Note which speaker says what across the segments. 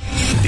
Speaker 1: The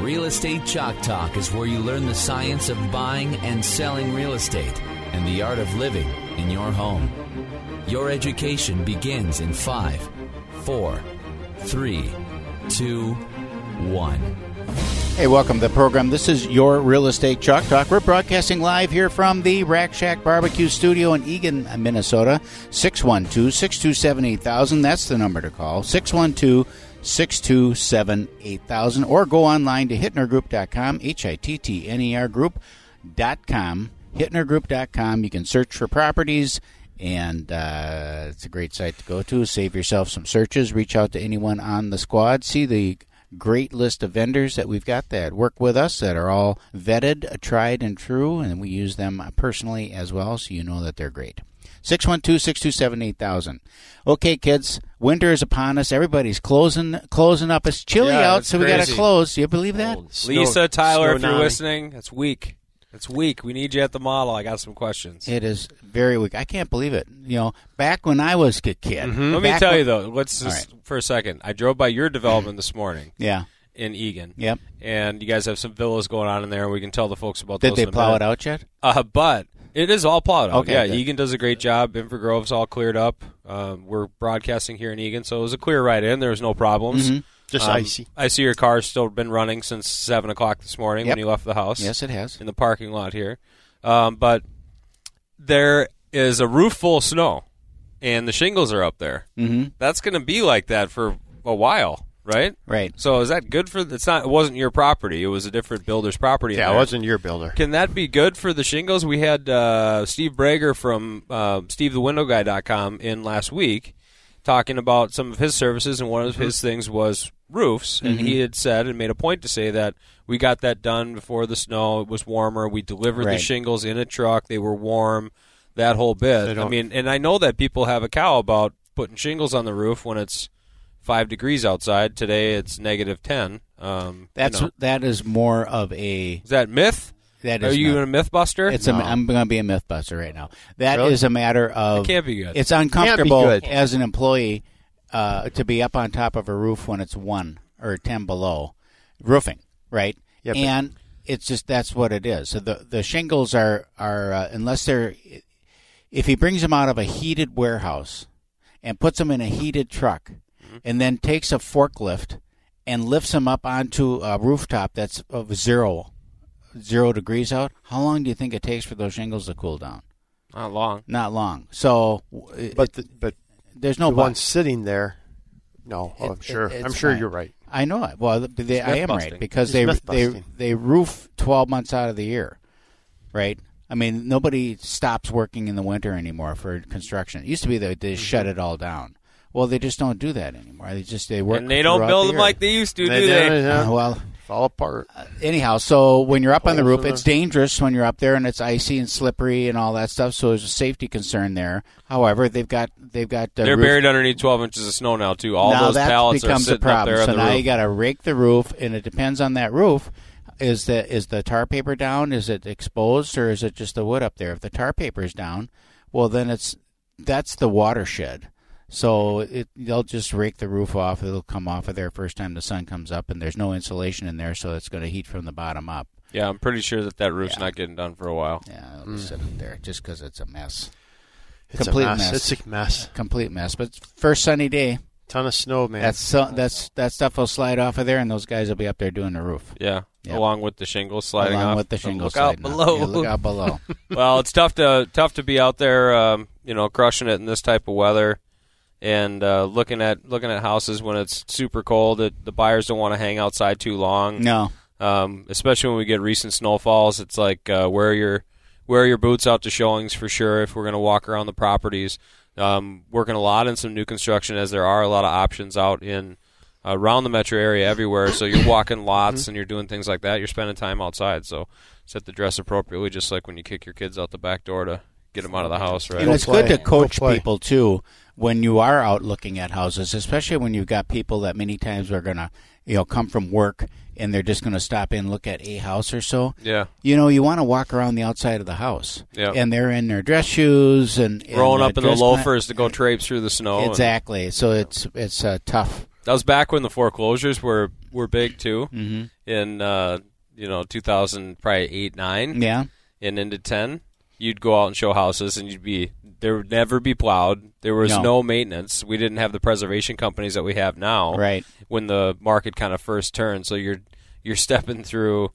Speaker 2: Real Estate Chalk Talk is where you learn the science of buying and selling real estate and the art of living in your home. Your education begins in five, four, three, two, one.
Speaker 3: Hey, welcome to the program. This is your Real Estate Chalk Talk. We're broadcasting live here from the Rack Shack Barbecue Studio in Eagan, Minnesota. 612 627 8000. That's the number to call. 612 627 8000. Or go online to hitnergroup.com, H I T T N E R group.com. Hittnergroup.com. You can search for properties, and uh, it's a great site to go to. Save yourself some searches. Reach out to anyone on the squad. See the great list of vendors that we've got that work with us that are all vetted, uh, tried, and true, and we use them personally as well, so you know that they're great. 612 627 8000. Okay, kids, winter is upon us. Everybody's closing closing up. It's chilly
Speaker 4: Yeah,
Speaker 3: out,
Speaker 4: it's
Speaker 3: so we got to
Speaker 4: crazy.
Speaker 3: close. Do you believe that?
Speaker 4: Lisa, Tyler, if you're
Speaker 5: Snownomi.
Speaker 4: listening, that's weak. That's weak. We need you at the model. I got some questions.
Speaker 3: It is very weak. I can't believe it. You know, back when I was a kid.
Speaker 4: Mm-hmm. Let me
Speaker 3: back
Speaker 4: tell you
Speaker 3: when-
Speaker 4: though. Let's
Speaker 3: All
Speaker 4: just for a second. I drove by your development this morning
Speaker 3: Yeah.
Speaker 4: in Egan.
Speaker 3: Yep.
Speaker 4: And you guys have some villas going on in there, and we can tell the folks about
Speaker 3: Did
Speaker 4: those.
Speaker 3: they
Speaker 4: in a
Speaker 3: plow it
Speaker 4: minute.
Speaker 3: out yet?
Speaker 4: Uh, but it is all plowed out.
Speaker 3: Okay,
Speaker 4: yeah,
Speaker 3: good.
Speaker 4: Egan does a great job. Invergrove's all cleared up. Um, we're broadcasting here in Egan, so it was a clear right in. There was no problems.
Speaker 3: Mm-hmm.
Speaker 5: Just
Speaker 4: Um,
Speaker 5: icy.
Speaker 4: I see your car's still been running since seven o'clock this morning
Speaker 3: Yep.
Speaker 4: when you left the house.
Speaker 3: Yes, it has.
Speaker 4: in the parking lot here. Um, but there is a roof full of snow, and the shingles are up there. Mm-hmm. That's going to be like that for a while, right?
Speaker 3: Right.
Speaker 4: So is that good for? It's not. It wasn't your property. It was a different builder's property. in
Speaker 5: Yeah, it
Speaker 4: there.
Speaker 5: wasn't your builder.
Speaker 4: Can that be good for the shingles? We had uh, Steve Brager from uh, SteveTheWindowGuy.com in last week talking about some of his services, and one of his
Speaker 5: Mm-hmm.
Speaker 4: things was roofs. And he had said and made a point to say that we got that done before the snow. It was warmer. We delivered the
Speaker 3: Right.
Speaker 4: shingles in a truck. They were warm. That whole bit. I
Speaker 5: don't-
Speaker 4: mean, and I know that people have a cow about putting shingles on the roof when it's five degrees outside. Today it's negative ten. Um, you
Speaker 3: That's
Speaker 4: know.
Speaker 3: that is more of a
Speaker 4: is that myth?
Speaker 3: that
Speaker 4: Are
Speaker 3: is
Speaker 4: you
Speaker 3: not-
Speaker 4: a myth buster?
Speaker 3: It's a, I'm going to be a mythbuster right now. That is
Speaker 5: Really?
Speaker 3: a matter of
Speaker 4: It can't be good.
Speaker 3: It's uncomfortable
Speaker 5: good.
Speaker 3: as an employee uh, to be up on top of a roof when it's one or ten below roofing, right?
Speaker 5: Yeah, but-
Speaker 3: and it's just that's what it is. So the the shingles are are uh, unless they're if he brings them out of a heated warehouse and puts them in a heated truck
Speaker 5: Mm-hmm.
Speaker 3: and then takes a forklift and lifts them up onto a rooftop that's of zero zero degrees out how long do you think it takes for those shingles to cool down
Speaker 4: Not long.
Speaker 3: not long so w-
Speaker 5: But the, but
Speaker 3: there's
Speaker 5: the
Speaker 3: no
Speaker 5: one
Speaker 3: but.
Speaker 5: sitting there. No, oh,
Speaker 3: It-
Speaker 6: Oh,
Speaker 5: I'm sure.
Speaker 3: it-
Speaker 5: I'm
Speaker 3: it's
Speaker 5: sure
Speaker 3: fine.
Speaker 5: you're right.
Speaker 3: I know it. Well, th- they, I am
Speaker 4: myth-busting.
Speaker 3: right because
Speaker 5: It's
Speaker 3: they they
Speaker 5: myth-busting.
Speaker 3: they roof twelve months out of the year, right? I mean, nobody stops working in the winter anymore for construction. It used to be that they shut it all down. Well, they just don't do that anymore. They just they work
Speaker 4: And they don't
Speaker 3: throughout
Speaker 4: build
Speaker 3: the
Speaker 4: them
Speaker 3: year.
Speaker 4: like they used to, do
Speaker 5: Yeah,
Speaker 4: they?
Speaker 5: yeah.
Speaker 3: Uh, well, uh,
Speaker 5: fall apart.
Speaker 3: anyhow, so when you're up on the
Speaker 5: Holes
Speaker 3: roof,
Speaker 5: in
Speaker 3: it's dangerous when you're up there and it's icy and slippery and all that stuff. So there's a safety concern there. However, they've got they've got uh,
Speaker 4: They're
Speaker 3: roof-
Speaker 4: buried underneath 12 inches of snow now, too. All
Speaker 3: now
Speaker 4: those
Speaker 3: that
Speaker 4: pallets are
Speaker 3: becomes a
Speaker 4: sitting
Speaker 3: problem.
Speaker 4: up there
Speaker 3: so
Speaker 4: on the
Speaker 3: now
Speaker 4: roof.
Speaker 3: you got to rake the roof, and it depends on that roof. Is the is the tar paper down? Is it exposed, or is it just the wood up there? If the tar paper is down, well then it's that's the watershed. So it, they'll just rake the roof off. It'll come off of there first time the sun comes up, and there's no insulation in there, so it's going to heat from the bottom up.
Speaker 4: yeah, I'm pretty sure that that roof's not getting done for a while.
Speaker 3: Yeah, it'll
Speaker 4: Hmm.
Speaker 3: just sit up there just because it's a mess,
Speaker 5: It's
Speaker 3: Complete
Speaker 5: a mess.
Speaker 3: mess.
Speaker 5: It's a mess.
Speaker 3: complete mess. But first sunny day,
Speaker 5: Ton of snow, man.
Speaker 3: that's so, that's that stuff will slide off of there, and those guys will be up there doing the roof.
Speaker 4: Yeah.
Speaker 3: Yep.
Speaker 4: along with the shingles sliding
Speaker 3: along
Speaker 4: off.
Speaker 3: with the
Speaker 4: So
Speaker 3: shingle
Speaker 4: look out
Speaker 3: sliding off.
Speaker 4: below.
Speaker 3: Yeah, look out below.
Speaker 4: well, it's tough to tough to be out there, um, you know, crushing it in this type of weather, and uh, looking at looking at houses when it's super cold. It, the buyers don't want to hang outside too long,
Speaker 3: no,
Speaker 4: um, especially when we get recent snowfalls. It's like uh, wear your wear your boots out to showings for sure if we're going to walk around the properties. Um, working a lot in some new construction as there are a lot of options out in uh, around the metro area everywhere. So you're walking lots and you're doing things like that. You're spending time outside. So set the dress appropriately, just like when you kick your kids out the back door to get them out of the house, right?
Speaker 3: and it's
Speaker 5: play.
Speaker 3: good to
Speaker 5: Go
Speaker 3: coach
Speaker 5: play.
Speaker 3: people too when you are out looking at houses, especially when you've got people that many times are gonna, you know, come from work and they're just gonna stop in look at a house or so.
Speaker 4: Yeah.
Speaker 3: You know, you want to walk around the outside of the house,
Speaker 4: Yeah.
Speaker 3: and they're in their dress shoes and, and
Speaker 4: Rolling
Speaker 3: their
Speaker 4: up in the
Speaker 3: dress con-
Speaker 4: loafers to go traipse through the snow. and-
Speaker 3: Exactly. So it's it's uh, tough.
Speaker 4: That was back when the foreclosures were were big too. Mm-hmm. In uh, you know 2000, probably eight nine,
Speaker 3: Yeah.
Speaker 4: and into ten, you'd go out and show houses, and you'd be there would never be plowed. There was
Speaker 3: No.
Speaker 4: no, maintenance. We didn't have the preservation companies that we have now.
Speaker 3: Right.
Speaker 4: when the market kind of first turned, so you're you're stepping through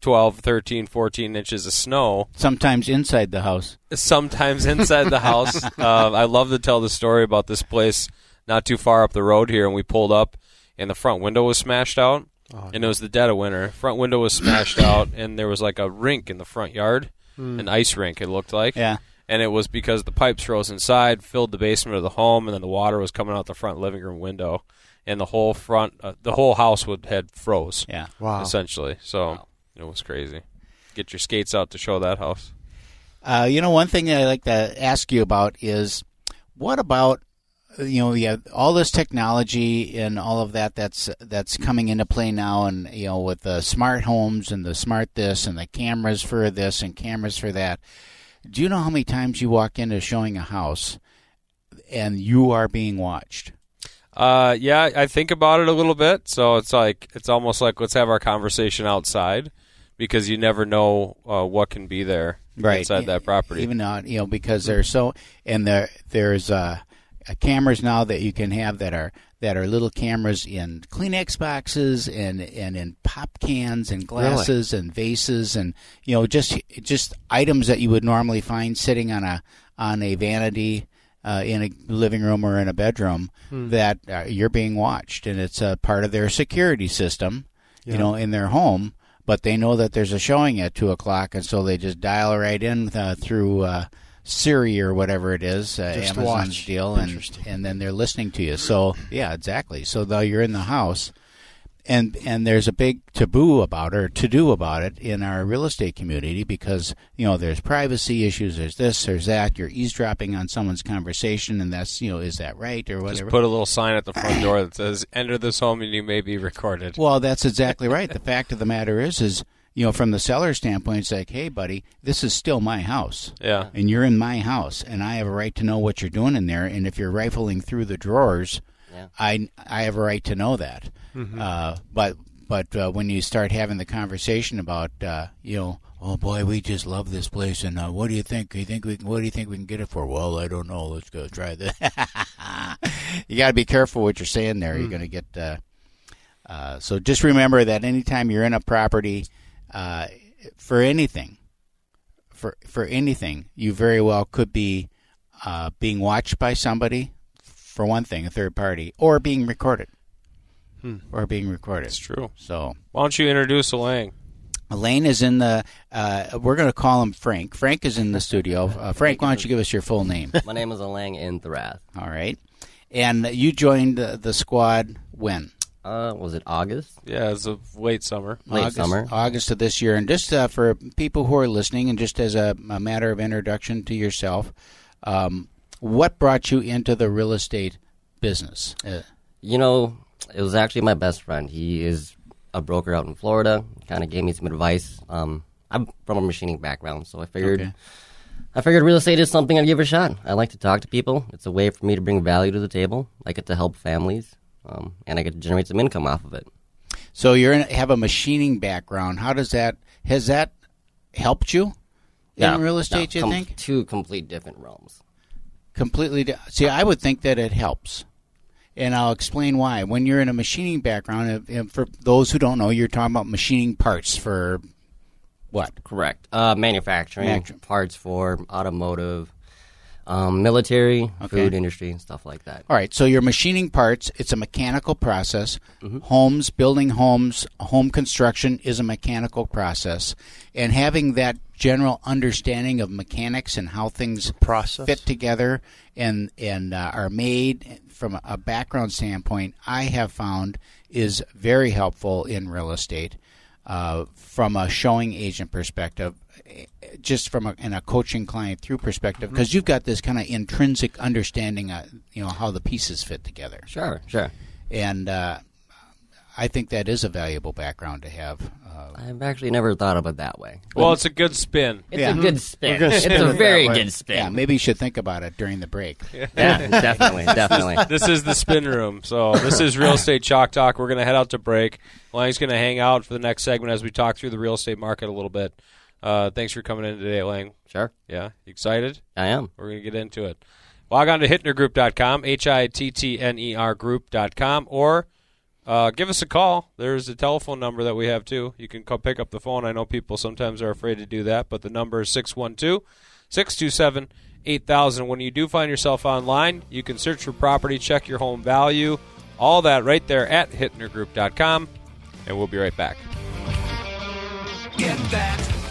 Speaker 4: 12, 13, 14 inches of snow
Speaker 3: Sometimes inside the house.
Speaker 4: sometimes inside the house. uh, I love to tell the story about this place not too far up the road here, and we pulled up, and the front window was smashed out,
Speaker 3: Oh,
Speaker 4: and it was the dead of winter. Front window was smashed out, and there was like a rink in the front yard, an ice rink. It looked like,
Speaker 3: Hmm. Yeah.
Speaker 4: And it was because the pipes rose inside, filled the basement of the home, and then the water was coming out the front living room window, and the whole front, uh, the whole house would had froze.
Speaker 3: Yeah.
Speaker 5: Wow.
Speaker 4: essentially. So it was crazy. Get your skates out to show that house.
Speaker 3: Uh, you know, one thing that I like to ask you about is what about you know you have all this technology and all of that that's that's coming into play now, and you know with the smart homes and the smart this and the cameras for this and cameras for that. Do you know how many times you walk into showing a house and you are being watched?
Speaker 4: Uh, yeah, I think about it a little bit. So it's like it's almost like let's have our conversation outside because you never know uh, what can be there inside that property.
Speaker 3: Even not, you know, because they're so and there there's uh, uh, cameras now that you can have that are that are little cameras in Kleenex boxes and and in pop cans and glasses and vases and you know just just items that you would normally find sitting on a on a vanity. Uh, in a living room or in a bedroom,
Speaker 5: Hmm.
Speaker 3: that uh, you're being watched, and it's a part of their security system you know, in their home, but they know that there's a showing at two o'clock, and so they just dial right in uh, through uh, Siri or whatever it is, uh,
Speaker 5: Just
Speaker 3: Amazon's
Speaker 5: watch.
Speaker 3: deal, and and then they're listening to you. So yeah, exactly. So though you're in the house, and and there's a big taboo about it, or to do about it in our real estate community because you know there's privacy issues, there's this, there's that. You're eavesdropping on someone's conversation, and that's you know is that right or
Speaker 4: Just
Speaker 3: whatever.
Speaker 4: put a little sign at the front door that says "Enter this home and you may be recorded."
Speaker 3: Well, that's exactly right. The fact of the matter is, is you know, from the seller's standpoint, it's like, hey, buddy, this is still my house,
Speaker 4: yeah,
Speaker 3: and you're in my house, and I have a right to know what you're doing in there. And if you're rifling through the drawers, I I have a right to know that. Uh, but but uh, when you start having the conversation about uh, you know. Oh boy, we just love this place, and uh, what do you think? You think we? Can, what do you think we can get it for? Well, I don't know. Let's go try this. you got to be careful what you're saying there. You're going to get uh, uh, so just remember that anytime you're in a property uh, for anything, for for anything, you very well could be uh, being watched by somebody, for one thing, a third party, or being recorded, or being recorded.
Speaker 4: it's true.
Speaker 3: So
Speaker 4: Why don't you introduce Elaine?
Speaker 3: Elaine is in the. Uh, we're going to call him Frank. Frank is in the studio. Uh, Frank, why don't you give us your full name?
Speaker 6: My name is Alang Inthrath.
Speaker 3: All right. And you joined uh, the squad when?
Speaker 6: Uh, was it August?
Speaker 4: Yeah, it's a late summer.
Speaker 6: Late
Speaker 3: August,
Speaker 6: summer.
Speaker 3: August of this year. And just uh, for people who are listening, and just as a, a matter of introduction to yourself, um, what brought you into the real estate business? Uh,
Speaker 6: You know, it was actually my best friend. He is a broker out in Florida. Kind of gave me some advice. Um, I'm from a machining background, so I figured
Speaker 3: Okay.
Speaker 6: I figured real estate is something I'd give a shot. I like to talk to people. It's a way for me to bring value to the table. I get to help families, um, and I get to generate some income off of it.
Speaker 3: so you are have a machining background. How does that has that helped you in
Speaker 6: No,
Speaker 3: real
Speaker 6: no,
Speaker 3: estate? you
Speaker 6: com-
Speaker 3: think
Speaker 6: two complete different realms.
Speaker 3: completely? Di- See, I would think that it helps. and I'll explain why. When you're in a machining background, if- if- for those who don't know, you're talking about machining parts for what?
Speaker 6: Correct. Uh, manufacturing
Speaker 3: Manufacturing.
Speaker 6: parts for automotive, um, military,
Speaker 3: Okay.
Speaker 6: food industry, and stuff like that.
Speaker 3: All right, so you're machining parts. It's a mechanical process. Homes, building homes, home construction is a mechanical process. And having that general understanding of mechanics and how things
Speaker 5: Process.
Speaker 3: fit together and and uh, are made from a background standpoint, I have found is very helpful in real estate uh, from a showing agent perspective, eh, just from a, and a coaching client through perspective, because you've got this kind of intrinsic understanding, of, you know, how the pieces fit together,
Speaker 6: Sure, sure.
Speaker 3: and uh, I think that is a valuable background to have. Uh,
Speaker 6: I've actually never thought of it that way.
Speaker 4: Well, it's a good spin.
Speaker 6: It's
Speaker 3: Yeah.
Speaker 6: a good spin.
Speaker 5: gonna
Speaker 6: It's
Speaker 5: spin it
Speaker 6: a
Speaker 5: that
Speaker 6: very
Speaker 5: way.
Speaker 6: good spin.
Speaker 3: yeah, maybe you should think about it during the break.
Speaker 6: Yeah, definitely, definitely.
Speaker 4: This is the spin room. So this is real estate chalk talk. We're gonna head out to break. Lang's gonna hang out for the next segment as we talk through the real estate market a little bit. Uh, thanks for coming in today, Lang.
Speaker 6: Sure,
Speaker 4: Yeah, You excited?
Speaker 6: I am.
Speaker 4: We're going to get into it. Log on to hittnergroup.com, H I T T N E R group.com, or uh, give us a call. There's a telephone number that we have too. You can call, pick up the phone. I know people sometimes are afraid to do that, but the number is 612 627 8000. When you do find yourself online, you can search for property, check your home value, all that right there at hittnergroup.com, and we'll be right back.
Speaker 7: Get that